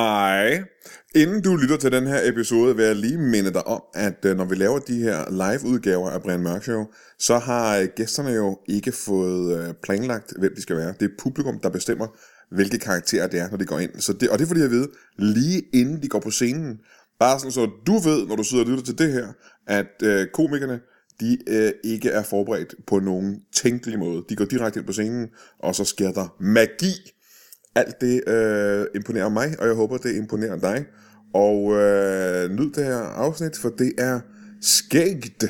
Hej. Inden du lytter til den her episode, vil jeg lige minde dig om, at øh, når vi laver de her live-udgaver af Brian Mørk Show, så har øh, gæsterne jo ikke fået øh, planlagt, hvem de skal være. Det er publikum, der bestemmer, hvilke karakterer det er, når de går ind. Så det, og det får de at vide lige inden de går på scenen. Bare sådan, så du ved, når du sidder og lytter til det her, at øh, komikerne, de øh, ikke er forberedt på nogen tænkelig måde. De går direkte ind på scenen, og så sker der magi. Alt det øh, imponerer mig, og jeg håber, det imponerer dig. Og øh, nyd det her afsnit, for det er skægt.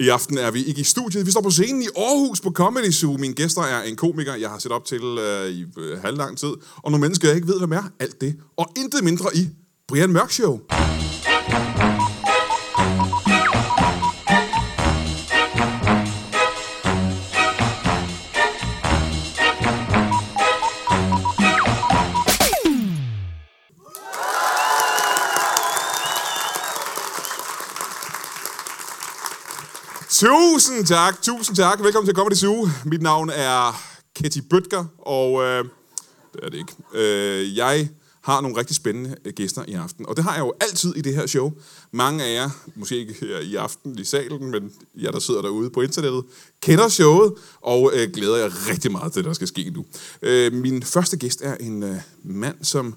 I aften er vi ikke i studiet. Vi står på scenen i Aarhus på Comedy Zoo. Mine gæster er en komiker, jeg har set op til øh, i øh, halvlang tid. Og nogle mennesker, jeg ikke ved, hvem er. Alt det. Og intet mindre i Brian Mørk Show. Tusind tak, tusind tak. Velkommen til Comedy Zoo. Mit navn er Ketty Bøtger, og øh, det er det ikke. Øh, jeg har nogle rigtig spændende øh, gæster i aften, og det har jeg jo altid i det her show. Mange af jer, måske ikke her i aften i salen, men jer, der sidder derude på internettet, kender showet, og øh, glæder jeg rigtig meget til det, der skal ske nu. Øh, min første gæst er en øh, mand, som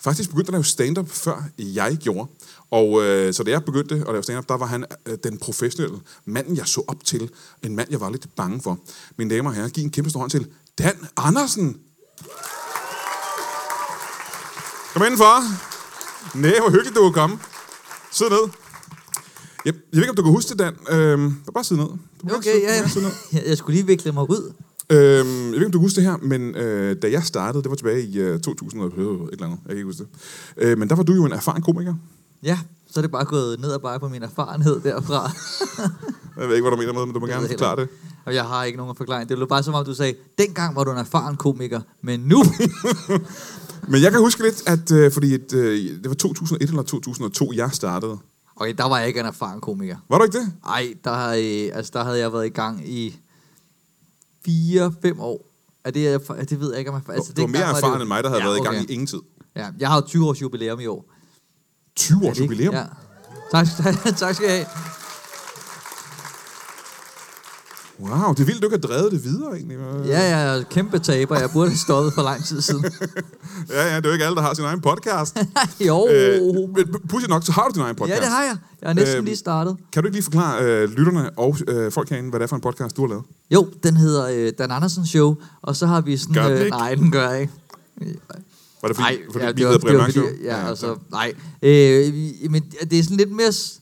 Faktisk begyndte han at lave stand-up, før jeg gjorde. Og øh, så da jeg begyndte at lave stand-up, der var han øh, den professionelle manden, jeg så op til. En mand, jeg var lidt bange for. Mine damer og herrer, giv en kæmpe stor hånd til Dan Andersen. Kom indenfor. Næh, hvor hyggeligt du kunne komme. Sid ned. Jeg, jeg ved ikke, om du kan huske det, Dan. Øhm, bare sidde ned. Du må gerne Okay, sidde- ja, du må gerne sidde ned. ja. Jeg skulle lige vikle mig ud. Øhm, jeg ved ikke, om du husker det her, men øh, da jeg startede, det var tilbage i øh, 2000 eller øh, et eller andet, jeg kan ikke huske det. Øh, men der var du jo en erfaren komiker. Ja, så er det bare gået ned og bare på min erfarenhed derfra. Jeg ved ikke, hvad du mener med det, men du må gerne forklare det. Og jeg har ikke nogen forklaring. Det blev bare som om, du sagde, dengang var du en erfaren komiker, men nu... Men jeg kan huske lidt, at øh, fordi et, øh, det var 2001 eller 2002, jeg startede. Okay, der var jeg ikke en erfaren komiker. Var du ikke det? Ej, der, har, øh, altså, der havde jeg været i gang i 4-5 år. Er det, er- er det ved jeg ikke, om jeg... Altså, Altså, du var dengang mere det jo- erfaren end mig, der havde ja, ja, været i gang okay. i ingen tid. Ja, jeg har jo 20 års jubilæum i år. 20 Er års det ikke? jubilæum. Ja. Tak, tak skal jeg have. Wow, det er vildt, du ikke har drevet det videre egentlig. Ja, jeg er kæmpe taber. Jeg burde have stoppet for lang tid siden. ja, ja det er jo ikke alle, der har sin egen podcast. jo. øh, men pudsigt nok, så har du din egen podcast. Oh. Ja, det har jeg. Jeg er næsten Øhm. øhm. lige startet. Kan du ikke lige forklare øh, lytterne og øh, folk herinde, hvad det er for en podcast, du har lavet? Jo, den hedder øh, Dan Andersen Show, og så har vi sådan... øh, Gør den ikke? nej, den gør jeg ikke. Var det fordi, nej, fordi ja, vi det hedder var- det Brian var Mørk Show? fordi- Ja, ja, altså, nej. Øh, vi- men det er sådan lidt mere s-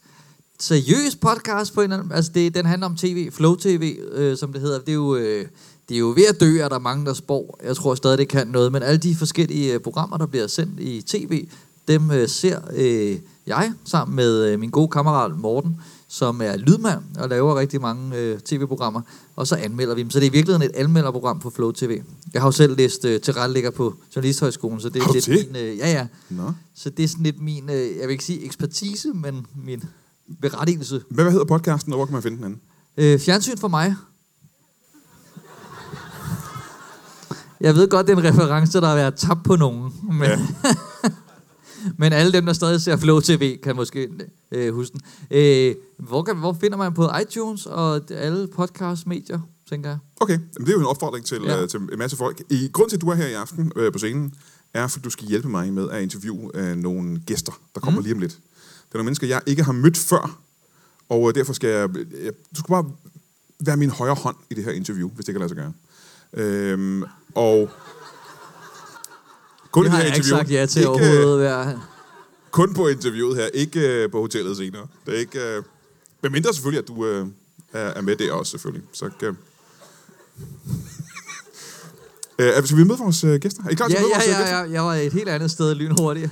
seriøs podcast på en eller anden... Altså, det, den handler om tv, Flow TV, øh, som det hedder. Det er jo... Øh, det er jo ved at dø, er der mange, der spår. Jeg tror stadig, det kan noget. Men alle de forskellige øh, programmer, der bliver sendt i tv, dem øh, ser øh, jeg sammen med øh, min gode kammerat Morten, som er lydmand og laver rigtig mange øh, tv-programmer. Og så anmelder vi dem. Så det er i virkeligheden et anmelderprogram på Flow TV. Jeg har jo selv læst øh, tilrettelægger på Journalisthøjskolen, så det Har du er lidt det? min... Øh, ja, ja. Nå. Så det er sådan lidt min, øh, jeg vil ikke sige ekspertise, men min berettigelse. Hvad, hvad hedder podcasten, og hvor kan man finde den anden? Øh, fjernsyn for mig. Jeg ved godt, det er en reference, der har været tabt på nogen. Men, Ja. ja. men alle dem, der stadig ser Flow TV, kan måske øh, huske den. Øh, hvor, kan, hvor finder man på iTunes og alle podcast-medier, tænker jeg? Okay, Jamen, det er jo en opfordring til, ja. Ja. øh, til en masse folk. I grund til, at du er her i aften øh, på scenen, er, for du skal hjælpe mig med at interviewe øh, nogle gæster, der kommer mm. lige om lidt. Det er nogle mennesker, jeg ikke har mødt før, og øh, derfor skal jeg... Øh, du skal bare være min højre hånd i det her interview, hvis det kan lade sig gøre. Øhm, og... Kun Det i har her jeg ikke interview. sagt ja til Ikke, ikke, øh, overhovedet. Hver. kun på interviewet her, ikke øh, på hotellet senere. Det er ikke... Øh, men mindre selvfølgelig, at du øh, er, er med der også, selvfølgelig. Så øh, øh, skal vi møde vores øh, gæster? Er I klar til at Ja, møde vores ja, øh, ja, gæster? ja, jeg var et helt andet sted lynhurtigt.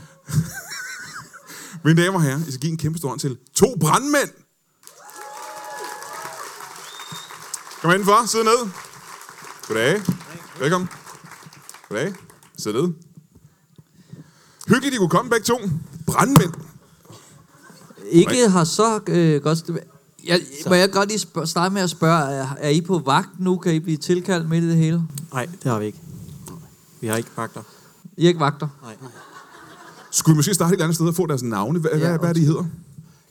Mine damer og herrer, I skal give en kæmpe stor hånd til to brandmænd. Kom indenfor, sid ned. Goddag. Velkommen. Goddag. Sid ned. Hyggeligt, I kunne komme begge to. Brandmænd. Ikke Nej. har så øh, godt... st- Jeg, må jeg godt lige spørge, starte med at spørge, er, er I på vagt nu? Kan I blive tilkaldt midt i det hele? Nej, det har vi ikke. Vi har ikke vagter. Erik Vagter. Nej. Skulle vi måske starte et eller andet sted og få deres navne? Hvad, ja, hvad, hvad er de hedder?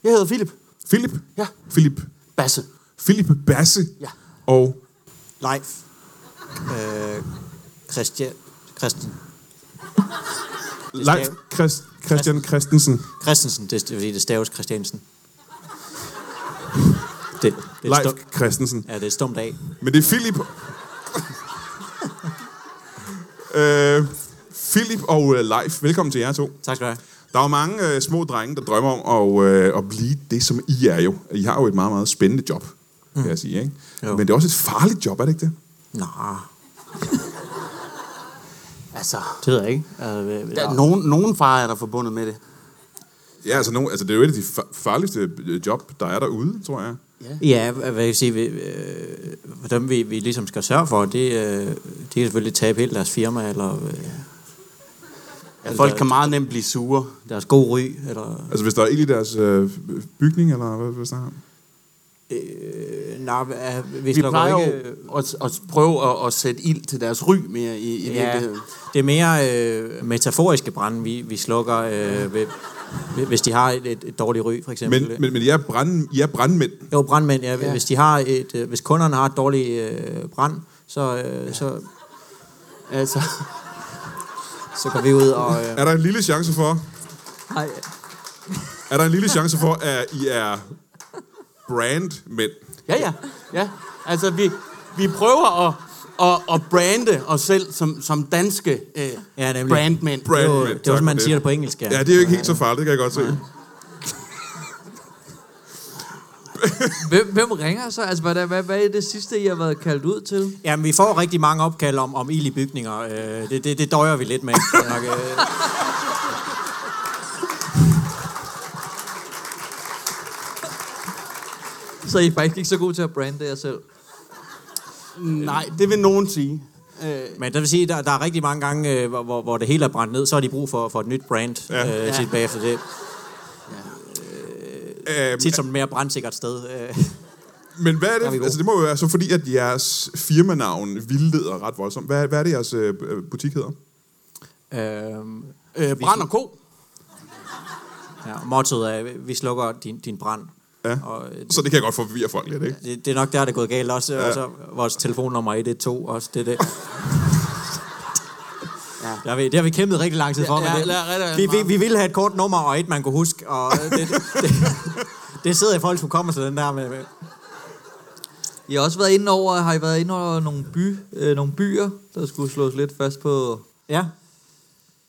Jeg hedder Philip. Philip? Ja. Philip. Basse. Philip Basse. Ja. Og Leif. Øh, Christian. Christian. Leif Christ, Christian Christensen. Christensen, det, det, er fordi, det staves Christiansen. Det, det, er et Leif stum, Christensen. ja, det er et stumt dag. Men det er Philip. øh, Philip og øh, Leif, velkommen til jer to. Tak skal du have. Der er jo mange øh, små drenge, der drømmer om at, øh, at blive det, som I er jo. I har jo et meget, meget spændende job, mm. kan jeg sige. Ikke? Jo. Men det er også et farligt job, er det ikke det? Nå. altså, det ved jeg ikke. Øh, Der, nogen, nogen far er der forbundet med det. Ja, altså, nogen, altså det er jo et af de fa- farligste øh, job, der er derude, tror jeg. Ja, hvad jeg vil sige, vi, øh, hvordan vi, vi ligesom skal sørge for, det, øh, de kan selvfølgelig tabe hele deres firma, eller øh, Ja, folk kan meget nemt blive sure. deres gode ry, eller... Altså hvis der er ild i deres øh, bygning, eller hvad, hvad snakker jeg om? Øh, nej, øh, vi, Vi slår plejer jo jo ikke... at, at prøve at, at sætte ild til deres ry mere i, i Ja, virkeligheden. det er mere øh, metaforiske brænde, vi, vi slukker, øh, ved, hvis de har et, et, et dårligt ry, for eksempel. Men, men, men I, er brand, I er brandmænd. Jo, brandmænd, ja, ja. Hvis, de har et, øh, hvis kunderne har et dårligt øh, brand, så, øh, ja. så, Altså, så går vi ud og... Øh, Er der en lille chance for, Nej, er der en lille chance for at I er brandmænd? ja, ja. ja. Altså, vi, vi prøver at, at, at brande os selv som, som danske øh, Ja, nemlig. brandmænd. det er jo, Brandmænd, det er jo tak sådan, man for siger det på engelsk, ja. Ja, det er jo ikke helt så farligt, det kan jeg godt se. hvem, hvem ringer så? Altså, hvad, hvad, hvad er det sidste, I har været kaldt ud til? Jamen, vi får rigtig mange opkald om, om ild i bygninger. Øh, det, det, det døjer vi lidt med. Nok, øh, Så I er faktisk ikke så gode til at brande jer selv. Øh, Nej, det vil nogen sige. Øh, men det vil sige, der, der er rigtig mange gange, øh, hvor, hvor, hvor det hele er brændt ned, så har de brug for, for et nyt brand ja. øh, tit bagefter det. Øhm, Tit som et mere brandsikkert sted. Øh. men hvad er er vi det? gode. Altså, det må jo være så fordi, at jeres firmanavn vildleder ret voldsomt. Hvad, hvad er det, jeres øh, øh, butik hedder? Øh, øh, brand og ko. ja, og mottoet er, vi slukker din, din brand. Ja. Og, øh, Så det kan jeg godt forvirre folk lidt, ikke? det, det er nok der, det er gået galt også. Ja. Og så vores telefonnummer 112 også. Det, er det. Ja. Det, har vi, det har vi kæmpet rigtig lang tid for. Ja, men det, ja, rigtig vi, meget. vi, vi ville have et kort nummer og et, man kunne huske. Og det, det, det, det sidder i folk, skulle komme til den der med... med I har også været inde over, har I været inde over nogle, by, øh, nogle byer, der skulle slås lidt fast på... ja.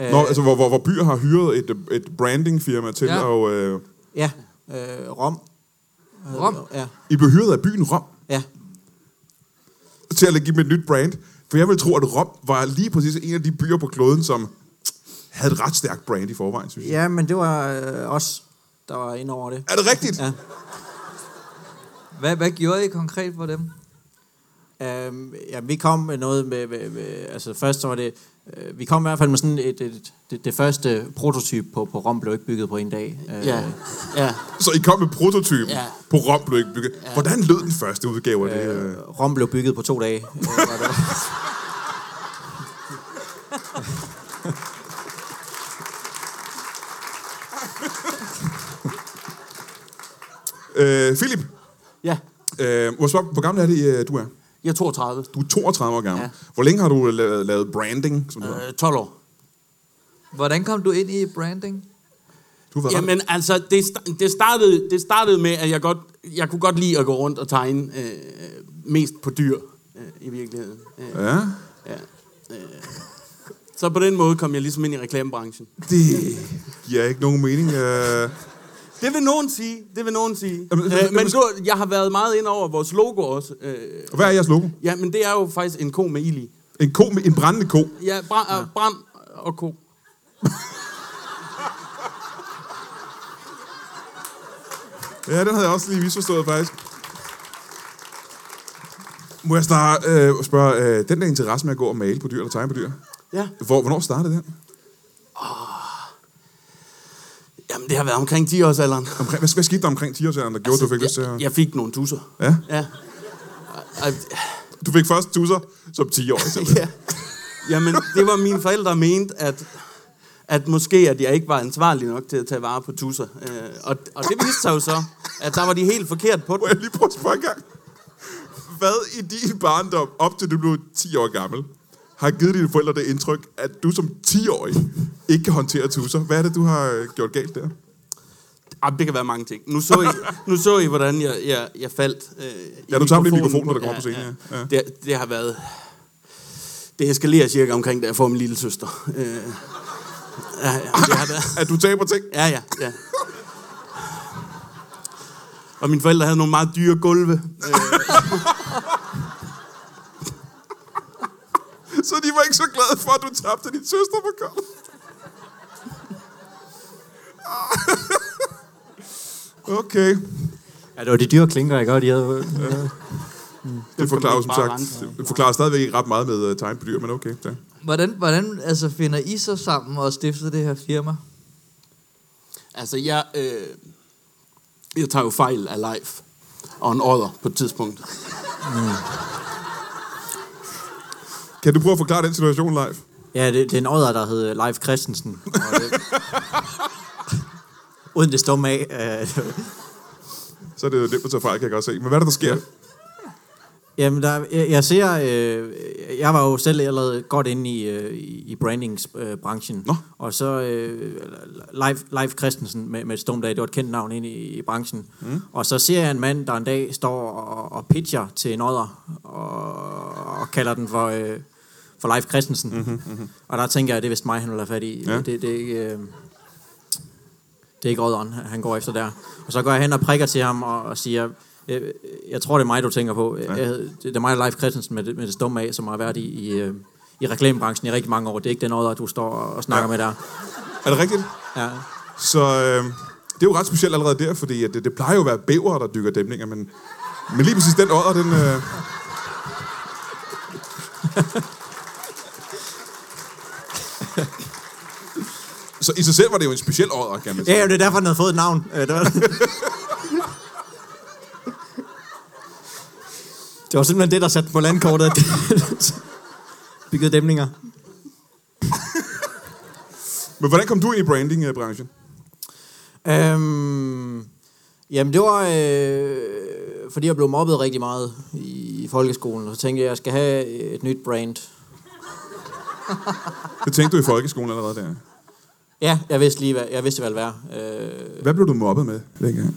Øh. Nå, altså, hvor, hvor, hvor byer har hyret et, øh, et brandingfirma til, Ja. ja. og øh, Ja. Øh, Rom. Rom? Ja. I blev hyret af byen Rom Ja. til at give dem et nyt brand. For jeg vil tro, at Rom var lige præcis en af de byer på kloden, som havde et ret stærkt brand i forvejen, synes jeg. ja, men det var øh, os, der var inde over det. Er det rigtigt? Ja. Hvad, hvad gjorde I konkret for dem? Øhm, ja, vi kom med noget med, med, med altså først så var det, øh, vi kom i hvert fald med sådan et, et, det, det første prototype på, på Rom blev ikke bygget på en dag. Øh, Ja, ja. Så I kom med prototypen Ja. på Rom blev ikke bygget. Hvordan lød den første udgave af det? Øh, Øh, Rom blev bygget på to dage. Øh, var det. Øh, Philip, Ja, øh, hvor, hvor gammel er det, øh, du er? jeg er 32. Du er 32 år gammel. Ja. Ja. Hvor længe har du lavet, lavet branding? Som det hedder? Øh, 12 år. Hvordan kom du ind i branding? du har været ret- Jamen altså, det, sta- det, startede, det startede med, at jeg, godt, jeg kunne godt lide at gå rundt og tegne øh, mest på dyr øh, i virkeligheden. Øh, Ja. ja. øh. Så på den måde kom jeg ligesom ind i reklamebranchen. Det giver ikke nogen mening. Øh, Det vil nogen sige, det vil nogen sige. Jamen, øh, men jamen, du, jeg har været meget ind over vores logo også. Øh, og hvad er jeres logo? ja, men det er jo faktisk en ko med ild i. En, ko med, en brændende ko. Ja, brand, ja. brand og ko. Ja, den havde jeg også lige misforstået, faktisk. Må jeg starte, øh, spørge, øh, den der interesse med at gå og male på dyr eller tegne på dyr, Ja. hvor, hvornår startede den? Jamen, det har været omkring 10-årsalderen. Omkring, hvad, hvad skete der omkring 10-årsalderen, der gjorde, altså, du fik lyst til at... Jeg, jeg fik nogle tusser. Ja? Ja. Ej, Du fik først tusser som 10 år. ja. Jamen, det var mine forældre mente, at, at måske, at jeg ikke var ansvarlig nok til at tage vare på tusser. Øh, og, og det viste sig jo så, at der var de helt forkert på Må den. jeg lige prøve at spørge en gang? Hvad i din barndom, op til du blev 10 år gammel, har givet dine forældre det indtryk, at du som 10-årig ikke kan håndtere tusser? Hvad er det, du har øh, gjort galt der? Ah, det kan være mange ting. Nu så I, nu så I hvordan jeg, jeg, jeg faldt. Øh, i Ja, du tager lige mikrofonen, mikrofonen, når du kommer på scenen, ja. Ja. Det, det har været... Det eskalerer cirka omkring, da jeg får min lille søster. Øh, ja, ja, det har været... At du taber ting? Ja, ja, ja. Og mine forældre havde nogle meget dyre gulve. Øh, Så de var ikke så glade for, at du tabte din søster på koldt. Okay. Ja, det var de dyre klinker, ikke? Og de havde... Ja. Det forklarer jo som bare sagt, rense. det forklarer stadigvæk ikke ret meget med uh, tegn på dyr, men okay. Ja. Hvordan, hvordan altså, finder I så sammen og stifter det her firma? altså, jeg... Øh, jeg tager jo fejl af life. Og en odder på et tidspunkt. Kan du prøve at forklare den situation live? Ja, det, det er en odder, der hed øh, Leif Christensen. Og det, uden det stumme af. Øh, Så er det jo nemt at tage fejl, kan jeg godt se. Men hvad er det, der sker? jamen, der, jeg, jeg ser... Øh, jeg var jo selv allerede godt inde i, øh, i i brandingsbranchen. Nå. Og så øh, Leif, Leif Christensen med, med et stumt af, det var et kendt navn inde i, i branchen. Mm. Og så ser jeg en mand, der en dag står og, og pitcher til en odder, og, og kalder den for... Øh, for Leif Christensen. Mm-hmm, mm-hmm. Og der tænker jeg, at det er vist mig, han vil have fat i. Mhm, Ja. Ja. Det, det er ikke... Øh, det er ikke Odderen, han går efter der. Og så går jeg hen og prikker til ham og, og siger, jeg, jeg tror, det er mig, du tænker på. Jeg, det det er mig, Leif Christensen, med det, med det stumme af, som har været i, i, øh, i reklamebranchen i rigtig mange år. Det er ikke den odder, du står og, og snakker Ja. ja. med der. Er det rigtigt? Ja. Så øh, det er jo ret specielt allerede der, fordi at det, det plejer jo at være bæver, der dykker dæmninger, men, men lige præcis den ådder, den... Øh... Så i sig selv var det jo en speciel ådder, kan man sige. Ja, jamen, det er derfor, han havde fået et navn. Øh, Det var, det var simpelthen det, der satte den på landkortet. Byggede dæmninger. Men hvordan kom du ind i branding-branchen? Øhm, jamen, det var, øh, fordi jeg blev mobbet rigtig meget i, i folkeskolen, og så tænkte jeg, at jeg skal have et nyt brand. Det tænkte du i folkeskolen allerede der. Ja, jeg vidste lige, hvad, jeg vidste, hvad det var. Øh, Hvad blev du mobbet med dengang?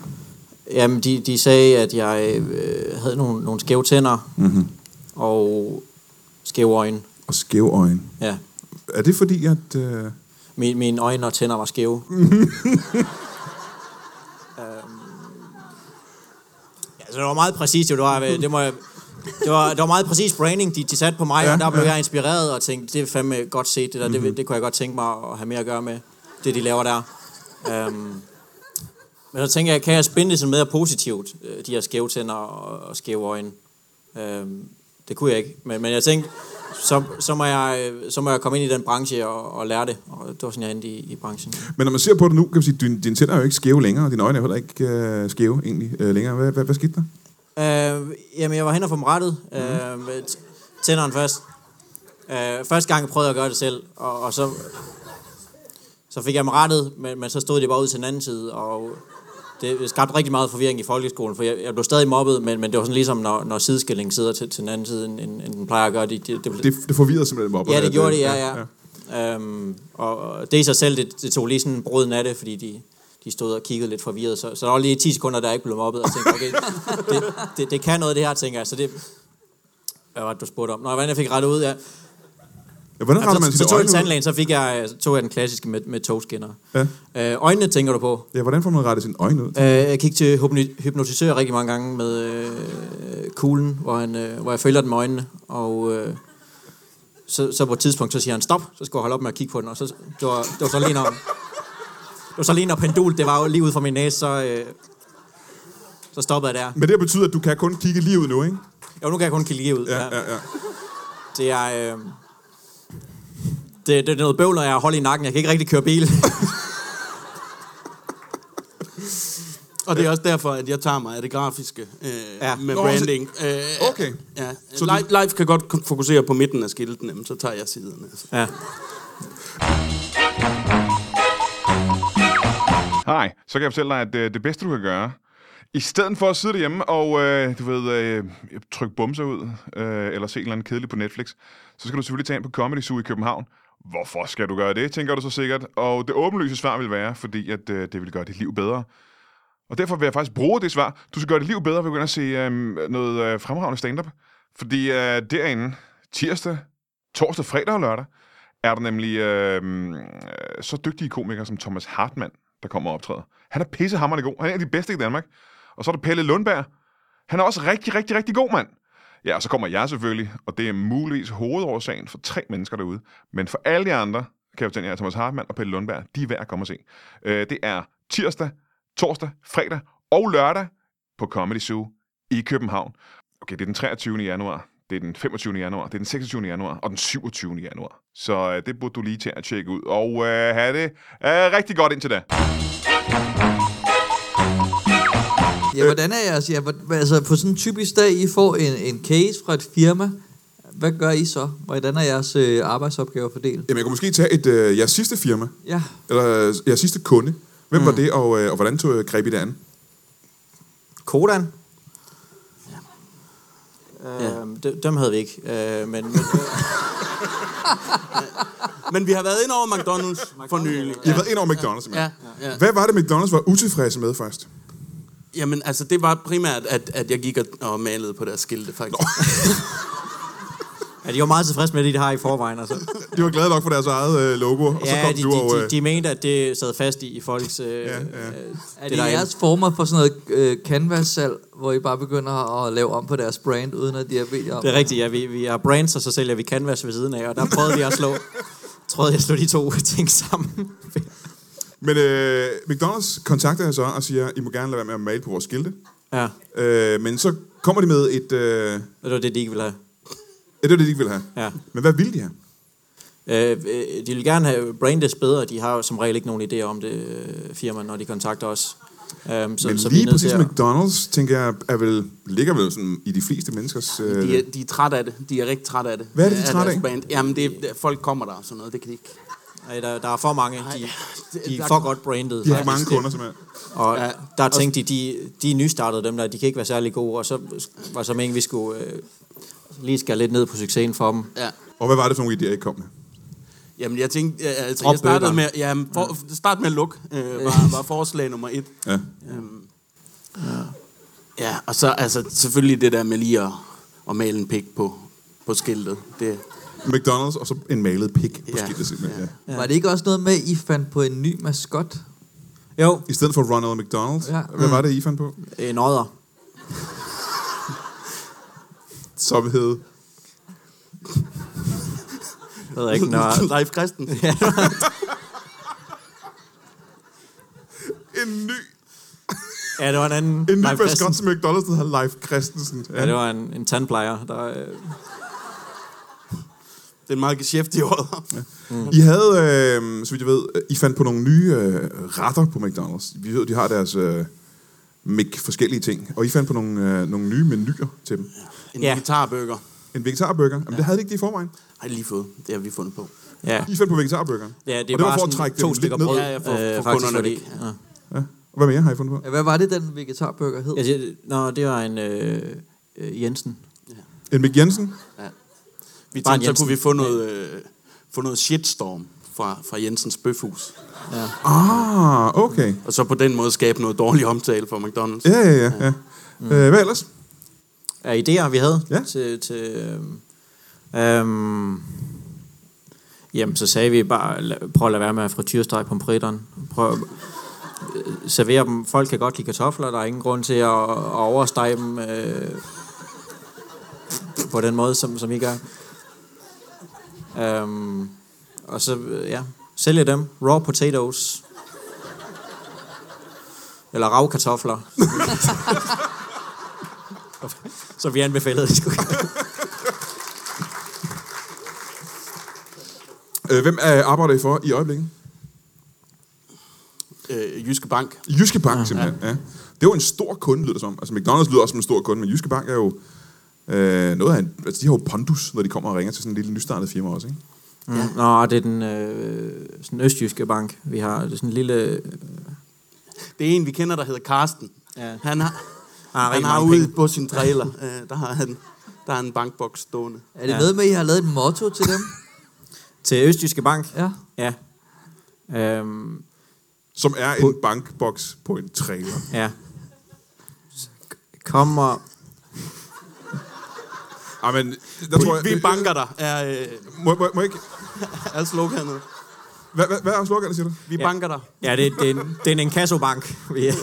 jamen, de, de sagde, at jeg øh, havde nogle, nogle skæve tænder mm-hmm. og skæve øjne. Og skæve øjne. Ja, Er det fordi, at... Øh... min, mine øjne og tænder var skæve. Øhm, Ja, altså, det var meget præcist, jo. Det var, øh, det må jeg, det var, det var meget præcis branding, de, de satte på mig, Ja, ja, og der blev ja. Mhm. ja. jeg inspireret og tænkte, det er fandme godt set, det der, mm-hmm. det, det kunne jeg godt tænke mig at have mere at gøre med, det de laver der. Um, men så tænker jeg, kan jeg spinde det sådan mere positivt, øh, de her skæve tænder og, og skæve øjne? Um, det kunne jeg ikke, men, men jeg tænkte, så, så, må jeg, øh, så må jeg komme ind i den branche og, og lære det, og det var sådan, jeg endte i, i branchen. Men når man ser på det nu, kan man sige, at din, dine tænder er jo ikke skæve længere, og dine øjne er heller ikke øh, skæve egentlig øh, længere. Hvad, hvad, hvad skete der? Øh, jamen, jeg var hen og få dem rettet. Øh, med t- tænderen først. Øh, første gang prøvede jeg at gøre det selv, og, og så, så fik jeg dem rettet, men, men så stod de bare ud til den anden side, og det skabte rigtig meget forvirring i folkeskolen, for jeg, jeg blev stadig mobbet, men, men det var sådan ligesom, når, når sideskilling sidder til, til den anden side, end, end, end den plejer at gøre. Det, det, det, blev- Det, det forvirrede simpelthen mig op. øh, Ja, det gjorde det, ja, ja. ja. Øhm, og, og det i sig selv, det, det tog lige sådan en bruden af det, fordi de, de stod og kiggede lidt forvirret. Så, så der var lige 10 sekunder, der jeg ikke blev mobbet, og tænkte, okay, det, det, det kan noget det her, tænker jeg. Så det, hvad var det, du spurgte om? Nå, hvordan jeg fik rettet ud, ja. ja hvordan retter Jamen, man Altså, så, så, sine tog jeg øjne til ud? tandlægen, så fik jeg, så tog jeg den klassiske med, med togskinner. Ja. Øh, øjnene tænker du på? Ja, hvordan får man rettet sine øjne ud? Øh, jeg gik til hypno- hypnotisør rigtig mange gange med øh, kuglen, hvor, han, øh, hvor jeg følger den med øjnene, og øh, så, så på et tidspunkt, så siger han stop, så skal jeg holde op med at kigge på den, og så, det, var, det var så lige når, det var så lige når pendul, det var jo lige ud fra min næse, så, øh, så stoppede jeg der. Men det betyder, at du kan kun kigge lige ud nu, ikke? Jo, nu kan jeg kun kigge lige ud. Ja, ja, ja. Det er... Øh, det, det, er noget bøvl, når jeg holder i nakken. Jeg kan ikke rigtig køre bil. Og det er også derfor, at jeg tager mig af det grafiske øh, Ja. ja. med Nå, branding. Øh, Okay. Ja. Så Så du- live, live kan godt k- fokusere på midten af skiltene, men så tager jeg siderne. Altså. Ja. Nej, så kan jeg fortælle dig, at øh, det bedste, du kan gøre, i stedet for at sidde derhjemme og øh, du ved, øh, trykke bumser ud, øh, eller se en eller anden kedelig på Netflix, så skal du selvfølgelig tage ind på Comedy Zoo i København. Hvorfor skal du gøre det, tænker du så sikkert. Og det åbenlyse svar vil være, fordi at, øh, det vil gøre dit liv bedre. Og derfor vil jeg faktisk bruge det svar. Du skal gøre dit liv bedre ved at begynde at se øh, noget øh, fremragende stand-up. Fordi øh, derinde, tirsdag, torsdag, fredag og lørdag, er der nemlig øh, øh, så dygtige komikere som Thomas Hartmann, der kommer og optræder. Han er pissehammerende god. Han er en af de bedste i Danmark. Og så er der Pelle Lundberg. Han er også rigtig, rigtig, rigtig god mand. Ja, og så kommer jeg selvfølgelig, og det er muligvis hovedårsagen for tre mennesker derude. Men for alle de andre, kan jeg fortælle jer, Thomas Hartmann og Pelle Lundberg, de er værd at komme og se. Øh, det er tirsdag, torsdag, fredag og lørdag på Comedy Zoo i København. Okay, det er den 23. januar, det er den 25. januar, det er den 26. januar og den 27. januar. Så øh, det burde du lige til at tjekke ud, og øh, have det øh, rigtig godt indtil da. Øh. Ja, hvordan er jeres... Ja, hvor- altså, på sådan en typisk dag, I får en, en case fra et firma. Hvad gør I så? Hvordan er jeres øh, arbejdsopgaver fordelt? Jamen, jeg kunne måske tage et, øh, jeres sidste firma, Ja. eller øh, jeres sidste kunde. Hvem mm. var det, og, øh, og hvordan tog, øh, greb I det an? Kodan? Ja. Øhm, d- dem havde vi ikke. Øh, men, men Men vi har været ind over McDonald's for nylig. I har været ind over McDonald's, simpelthen. ja. Hvad var det, McDonald's var utilfredse med først? Jamen, altså, det var primært, at, at jeg gik og, og malede på deres skilte, faktisk. ja, de var meget tilfredse med det, de har i forvejen. Altså. De var glade nok for deres eget øh, logo, og så Ja, kom de, du og... de, øh, de, de mente, at det sad fast i, i folks... Øh, Ja, ja, ja. ja. Er Øh, det, det det der jeres former for sådan noget øh, canvas-salg, hvor I bare begynder at lave om på deres brand, uden at de har bedt jer om? Det er rigtigt, ja. Vi, vi har brands, og så sælger vi canvas ved siden af, og der prøvede vi at slå, prøvede jeg at slå de to ting sammen. Men øh, McDonald's kontakter jeg så og siger, I må gerne lade være med at male på vores skilte. ja, Øh, men så kommer de med et... Øh, og det var det, de ikke ville have. ja, det var det, de ikke ville have. Ja. Men hvad ville de have? Øh, øh, de vil gerne have brandes bedre. De har jo som regel ikke nogen idéer om det, øh, firma, når de kontakter os. Øhm, så, Men så vi er lige nødt til præcis at- McDonald's, tænker jeg, er vel, ligger vel sådan i de fleste menneskers... Øh, De er, de er trætte af det. De er rigtig trætte af det. Hvad er det, de er Af trætte deres af? Brand. Jamen, det er, folk kommer der og sådan noget. Det kan de ikke. Ej, der, der er for mange. De, de er der- for godt brandet. de har faktisk. mange kunder, simpelthen. Og Ja. der tænkte de, de, de er nystartede, dem der, de kan ikke være særlig gode. Og så var så meningen, vi skulle øh, lige skære lidt ned på succesen for dem. Ja. Og hvad var det for nogle idéer, I kom med? Jamen, jeg tænkte, ja, altså, Drop jeg startede burgeren. med, ja, for, start med at lukke, øh, var, var forslag nummer et. Ja. Øhm, ja, og så altså, selvfølgelig det der med lige at, at male en pik på, på skiltet. Det, McDonald's og så en malet pik på Ja. skiltet, simpelthen. Ja. Var det ikke også noget med, at I fandt på en ny maskot? Jo, I stedet for Ronald McDonald, ja. Ja. hvad var det, I fandt på? en odder. Som hed... Jeg ved jeg ikke, når... Leif Christensen. En ny, Ja, det var en anden... en ny Leif Christensen. maskot til McDonald's, der hedder Leif Christensen. Ja, det var en, en tandplejer, der... Øh, Det er en meget geschæft i året. I havde, øh, så vidt jeg ved, I fandt på nogle nye øh, retter på McDonald's. Vi ved, de har deres øh, mik forskellige ting. Og I fandt på nogle, øh, nogle nye menuer til dem. En Ja. ja. vegetarburger En vegetarburger. Jamen, det havde vi ikke lige i forvejen. har jeg lige fået. Det har vi fundet på. ja. I fandt på vegetarburgeren. ja, det og er det var bare for at sådan trække to dem stykker lidt ned. brød. øh, Ja, ja, for- for faktisk, kunderne fordi, væk. Ja. Ja. Og hvad mere har I fundet på? Ja, Hvad var det, den vegetarburger hed? Ja, det, nå, det var en øh, øh, Jensen. En Mick Jensen. Vi Bare tænkte, så Jensen. kunne vi få noget, øh, få noget shitstorm fra, fra Jensens bøfhus. Ah, okay. Og så på den måde skabe noget dårlig omtale for McDonald's. Ja, ja, ja. ja. Mm. Øh, hvad ellers? Af idéer, vi havde Ja. til... øhm, til øh, øh, jamen, så sagde vi bare, la- prøv at lade være med at frityresteg pomfritteren. Prøv at øh, servere dem. Folk kan godt lide kartofler, der er ingen grund til at, at overstege dem øh, på den måde, som, som I gør. Øhm, og så, øh, ja, sælge dem. Raw potatoes. Eller ravkartofler. så vi anbefalede det skulle Øh, hvem øh, arbejder I for i øjeblikket? øh, Jyske Bank. Jyske Bank, simpelthen. Ja. Det er jo en stor kunde, lyder det som. Altså, McDonald's lyder også som en stor kunde, men Jyske Bank er jo... Øh, noget af en, altså, de har jo pondus, når de kommer og ringer til sådan en lille nystartet firma også, ikke? Mm. Nå, det er den øh, sådan østjyske bank, vi har. Det er sådan en lille... Øh, Det er en, vi kender, der hedder Karsten. Ja. Han Han har, har han rigtig har mange ude penge. på sin trailer, øh, der har han der er en bankboks stående. Er det Ja. noget med, at I har lavet et motto til dem? til Østjyske Bank. Ja. Ja. Øhm, Som er en bankboks på en trailer. ja. Så Kommer... Ej, Ah, men der tror jeg... Vi, vi banker dig, er, øh, Må, må, må jeg ikke... er sloganet. Hvad, hvad, hvad er sloganet, siger du? Vi ja. banker dig. Ja, det, det, er en, det er en inkassobank. vi er.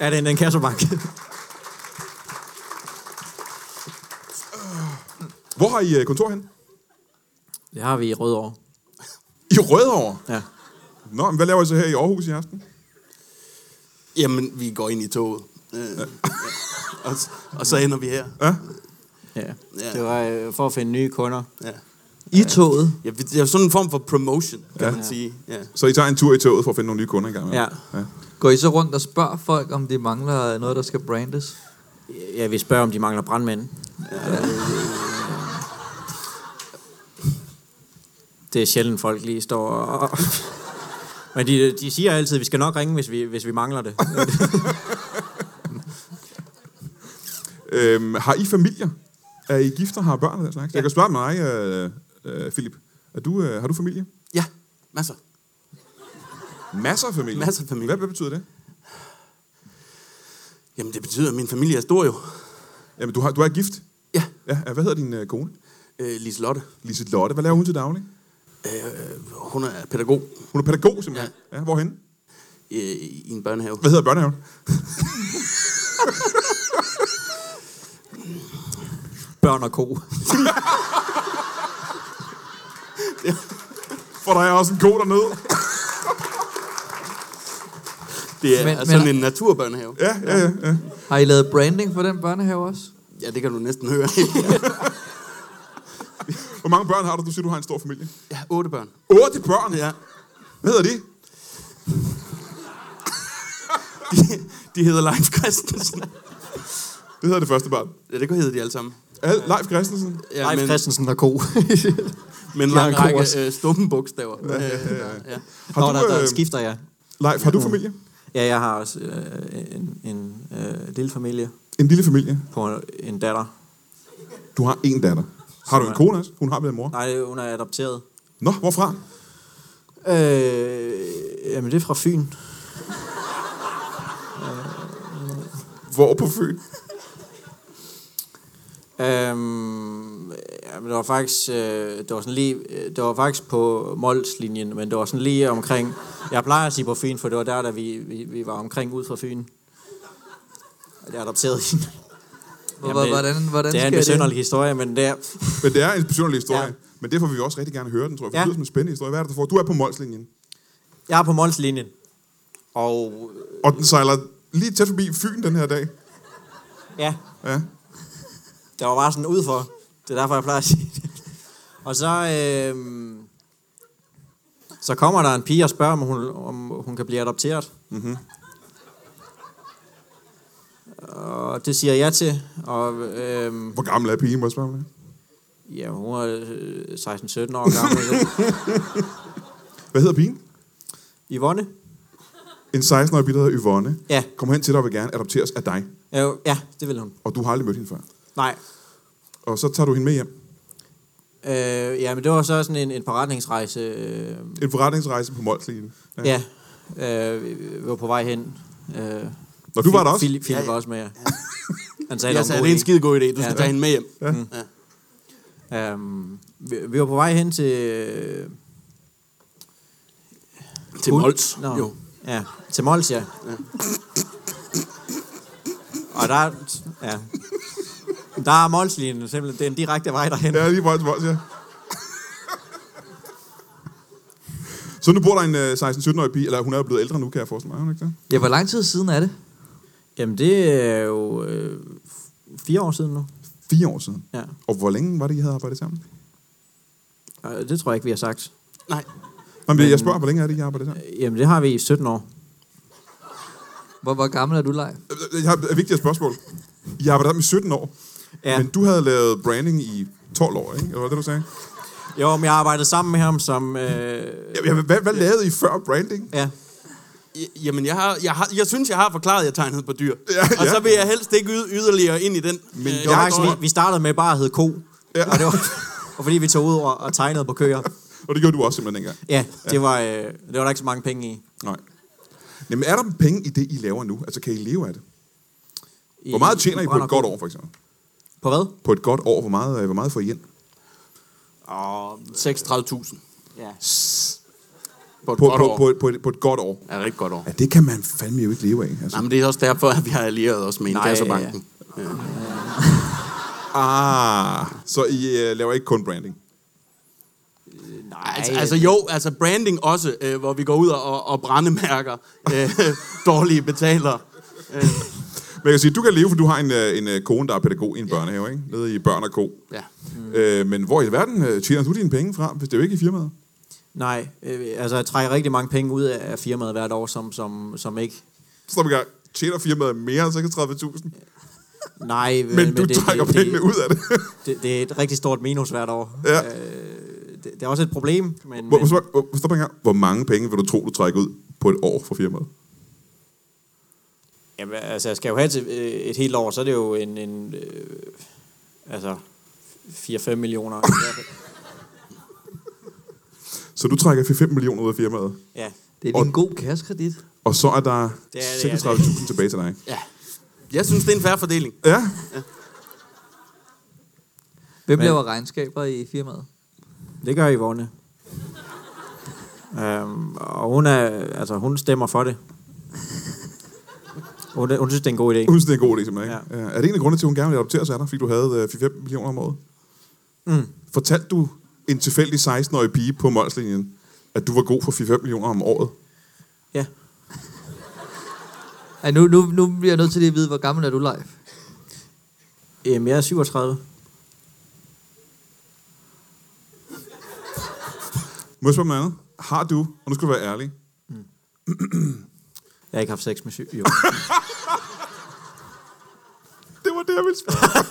Ja, det er en inkassobank. Hvor har I øh, kontor hen? Det har vi i Rødovre. I Rødovre. Ja. Nå, men hvad laver I så her i Aarhus i aften? Jamen, vi går ind i toget. Øh, ja. og, s- og så ender vi her. ja. Ja. Det var øh, for at finde nye kunder. Ja. I toget? Ja, vi- det er jo sådan en form for promotion, kan ja. man sige. Ja. Så I tager en tur i toget for at finde nogle nye kunder engang? Ja. Går I så rundt og spørger folk, om de mangler noget, der skal brandes? Ja, vi spørger, om de mangler brandmænd. Øh, Det er sjældent, folk lige står og... Men de, de siger altid, at vi skal nok ringe, hvis vi, hvis vi mangler det. Øhm, har I familier? Er I gift og har børn og den slags? Ja. Jeg kan spørge mig, øh, øh, Philip. Er du, øh, har du familie? ja, masser. Masser af familie? Masser af familie. Hvad, hvad betyder det? Jamen, det betyder, at min familie er stor jo. Jamen, du, har, du er gift? Ja, Ja, ja, hvad hedder din øh, kone? øh, Lise Lotte. Lise Lotte. Hvad laver hun til daglig? Hun er pædagog Hun er pædagog, simpelthen. Ja. ja hvorhen? øh, i en børnehave. Hvad hedder børnehaven? Børn og ko. For der er også en ko dernede. Det er Men- men, sådan men- en naturbørnehave. Ja, ja, ja. ja. Har I lavet branding for den børnehave også? Ja, det kan du næsten høre. Hvor mange børn har du? Du siger, du har en stor familie. ja, otte børn. Otte børn? Ja. Hvad hedder de? De, de hedder Leif Christensen. Det hedder det første barn. Ja, det kunne hedde de alle sammen. Al- Leif Christensen. Ja, Leif men, Christensen og ko. men de har lang en række kors. øh, stumme bogstaver. Øh, Ja, ja, ja. ja. Har Nå, du, der, der øh, skifter jeg. Leif, har du familie? Ja, jeg har også øh, en, en øh, lille familie En lille familie. på en datter. Du har en datter. Har du en kone også? Hun har været mor. Nej, hun er adopteret. Nå, hvorfra? Øh, jamen, det er fra Fyn. Hvor på Fyn? Øhm, ja, men det var faktisk, øh, det var sådan lige, øh, det var faktisk på Molslinjen, men det var sådan lige omkring, jeg plejer at sige på Fyn, for det var der, da vi, vi, vi var omkring ud fra Fyn. Og Jeg adopterede hende. Hvor- hvordan- hvordan det er sker en det? besynderlig historie, men det er, Men det er en personlig historie. Ja. Men derfor vil vi også rigtig gerne høre den, tror jeg. For Ja. det lyder som en spændende historie. Hvad er det, du får? Du er på Molslinjen. jeg er på Molslinjen. Og Og den sejler lige tæt forbi Fyn den her dag. ja, Ja. Der var bare sådan ud for. Det er derfor, jeg plejer at sige det. Og så, øh, så kommer der en pige og spørger, om hun, om hun kan blive adopteret. Mm-hmm. Og det siger jeg ja til. Og øh, Hvor gammel er pigen, må jeg spørge om det? ja, hun er øh, 16-17 år gammel. Hvad hedder pigen? Yvonne? En 16-årig pige, der hedder Yvonne. Ja. Kommer hen til dig og vil gerne adopteres af dig. Ja, jo, Øh, Ja, det vil hun. Og du har aldrig mødt hende før. Nej. Og så tager du hende med hjem. Øh, ja, men det var så sådan en, en forretningsrejse. Øh, En forretningsrejse på Molslinjen. Ja. ja. Øh, vi- vi var på vej hen. Øh, Når du var der også? Philip, Philip var også med, ja. Han sagde, Jeg det var sagde, en god det er en idé. skide god idé. Du skal Ja. ja. tage hende med hjem. Ja. Øhm, vi, vi var på vej hen til... øh, Til Hul- Mols. Nå. Jo. Ja, til Mols, ja. ja. Og der er... Ja. Der er Molslinjen simpelthen. Det er en direkte vej derhen. Ja, lige på Mols, ja. Så nu bor der en øh, 16-17-årig pige, eller hun er jo blevet ældre nu, kan jeg forestille mig, er hun ikke det? Ja, hvor lang tid siden er det? Jamen, det er jo øh, fire år siden nu. Fire år siden. Ja. Og hvor længe var det, I havde arbejdet sammen? Øh, Det tror jeg ikke, vi har sagt. Nej. Nå, men jeg spørger, hvor længe er det, I arbejder der? Jamen, det har vi i 17 år. Hvor, hvor gammel er du, Leif? Øh, Jeg har et vigtigt spørgsmål. I arbejder der med 17 år, Ja. men du havde lavet branding i 12 år, ikke? Eller hvad det, du sagde? Jo, men jeg arbejdede sammen med ham som... Øh, Jamen, Hvad, hvad lavede I før branding? ja. Jamen, jeg, har, jeg, har, jeg synes, jeg har forklaret, at jeg tegnede på dyr. Ja, Og ja. så vil jeg helst ikke yde yderligere ind i den. øh, Men Det var faktisk, vi, vi startede med bare at hedde Ko. Ja. Og det var, og fordi vi tog ud og, og tegnede på køer. Og det gjorde du også simpelthen engang. Ja, det var, øh, det var der ikke så mange penge i. Nej. Jamen, er der penge i det, I laver nu? Altså, kan I leve af det? Hvor meget tjener I på Brænder et godt Ko. år, for eksempel? På hvad? På et godt år, hvor meget, øh, hvor meget får I ind? Åh, 36.000. Ja. På et På, godt på, år. på, et, på, et, på et godt år. Ja, rigtig godt år. Ja, det kan man fandme jo ikke leve af. Altså. Nej, men det er også derfor, at vi har allieret os med Nej, Inkassobanken. Ah, så I uh, laver ikke kun branding? Nej, Altså, altså jo, altså branding også, øh, hvor vi går ud og, og brændemærker øh, dårlige betalere. Øh, Men jeg kan sige, du kan leve, for du har en, øh, en øh, kone, der er pædagog i en børnehave, ikke? Nede i Børn og Ko. ja. Øh, men hvor i verden øh, tjener du dine penge fra, hvis det er jo ikke i firmaet? nej øh, altså jeg trækker rigtig mange penge ud af af firmaet hvert år, som, som, som ikke... Så vi gang. Tjener firmaet mere end 36.000? Nej, øh, Men, men du det, trækker det, pengene det, ud af det. Det, det er et rigtig stort minus hvert år. Ja. Øh, det, det er også et problem, men... Hvor, men hvor, hvor, stop en gang. hvor mange penge vil du tro, du trækker ud på et år fra firmaet? jamen, altså, jeg skal jo have til øh, et helt år, så er det jo en... en øh, altså, 4-5 millioner. Så du trækker 4-5 millioner ud af firmaet, ja. Det er din god kassekredit. og så er der det er det. 36.000 tilbage til dig. ja. Jeg synes, det er en færre fordeling. Ja, Hvem Men- laver regnskaber i firmaet? Det gør Yvonne. øhm, og hun, er, altså, hun stemmer for det. Hun, hun synes, det er en god idé. hun synes, det er en god idé, simpelthen. Ikke? Ja. Er det en af grundene til, at hun gerne vil adoptere sig af dig, fordi du havde øh, 4-5 millioner om året? Mm. Fortalte du en tilfældig 16-årig pige på Molslinjen, at du var god for 4-5 millioner om året? Ja. Ej, nu, nu, nu bliver jeg nødt til lige at vide, hvor gammel er du, Leif? Jamen, jeg er 37. Må jeg spørge om noget andet? Har du, og nu skal du være ærlig, Jeg har ikke haft sex med syv. Jo. det var det, jeg ville spørge.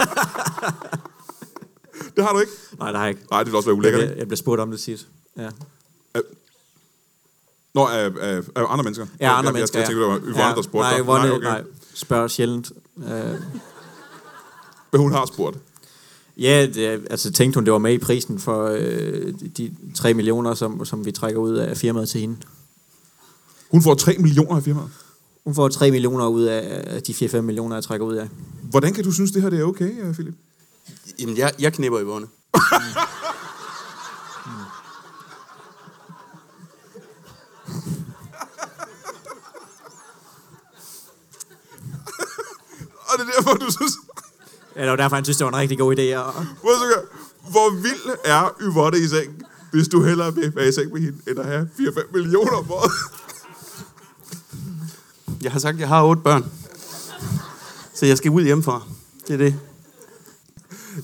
det har du ikke? Nej, det har jeg ikke. Nej, det vil også være Jeg, ulækkert, blev- ikke? jeg blev spurgt om det sidst. Ja. Nå, af, af, af andre mennesker. Ja, andre jeg, mennesker, Jeg, jeg, jeg tænkte, det var Yvonne, ja. der spurgte Nej, dig. Yvonne, nej, okay. nej spørger sjældent. Øh, Men hun har spurgt. ja, det, er- altså tænkte hun, det var med i prisen for øh, de- de 3 millioner, som, som vi trækker ud af firmaet til hende. Hun får 3 millioner af firmaet. Hun får 3 millioner ud af af de 4-5 millioner, jeg trækker ud af. Hvordan kan du synes, det her det er okay, øh, Philip? Jamen, jeg, jeg knipper i vågne. Og det er derfor, du synes... Ja, det var derfor, han synes, det var en rigtig god idé. Og... Prøv at se her. Hvor vild er Yvonne i sengen, hvis du hellere vil være i seng med hende, end at have 4-5 millioner om året? Jeg har sagt, at jeg har otte børn. Så jeg skal ud hjemmefra. Det er det.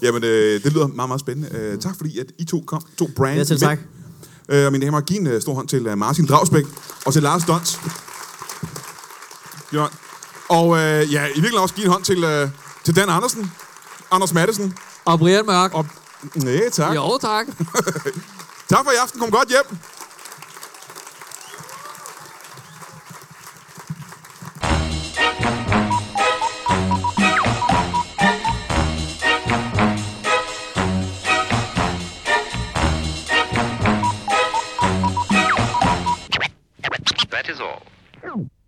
Jamen, øh, det lyder meget, meget spændende. Øh, tak fordi, at I to kom. To brand Ja, selv tak. mænd. Øh, og mine damer, giv en øh, stor hånd til øh, Martin Dragsbæk og til Lars Dons. Jørgen. Og øh, ja, i virkeligheden også give en hånd til, øh, til Dan Andersen, Anders Mattesen Og Brian Mørk. og... Nej, tak. Jo, tak. Tak for i aften. Kom godt hjem. That is all.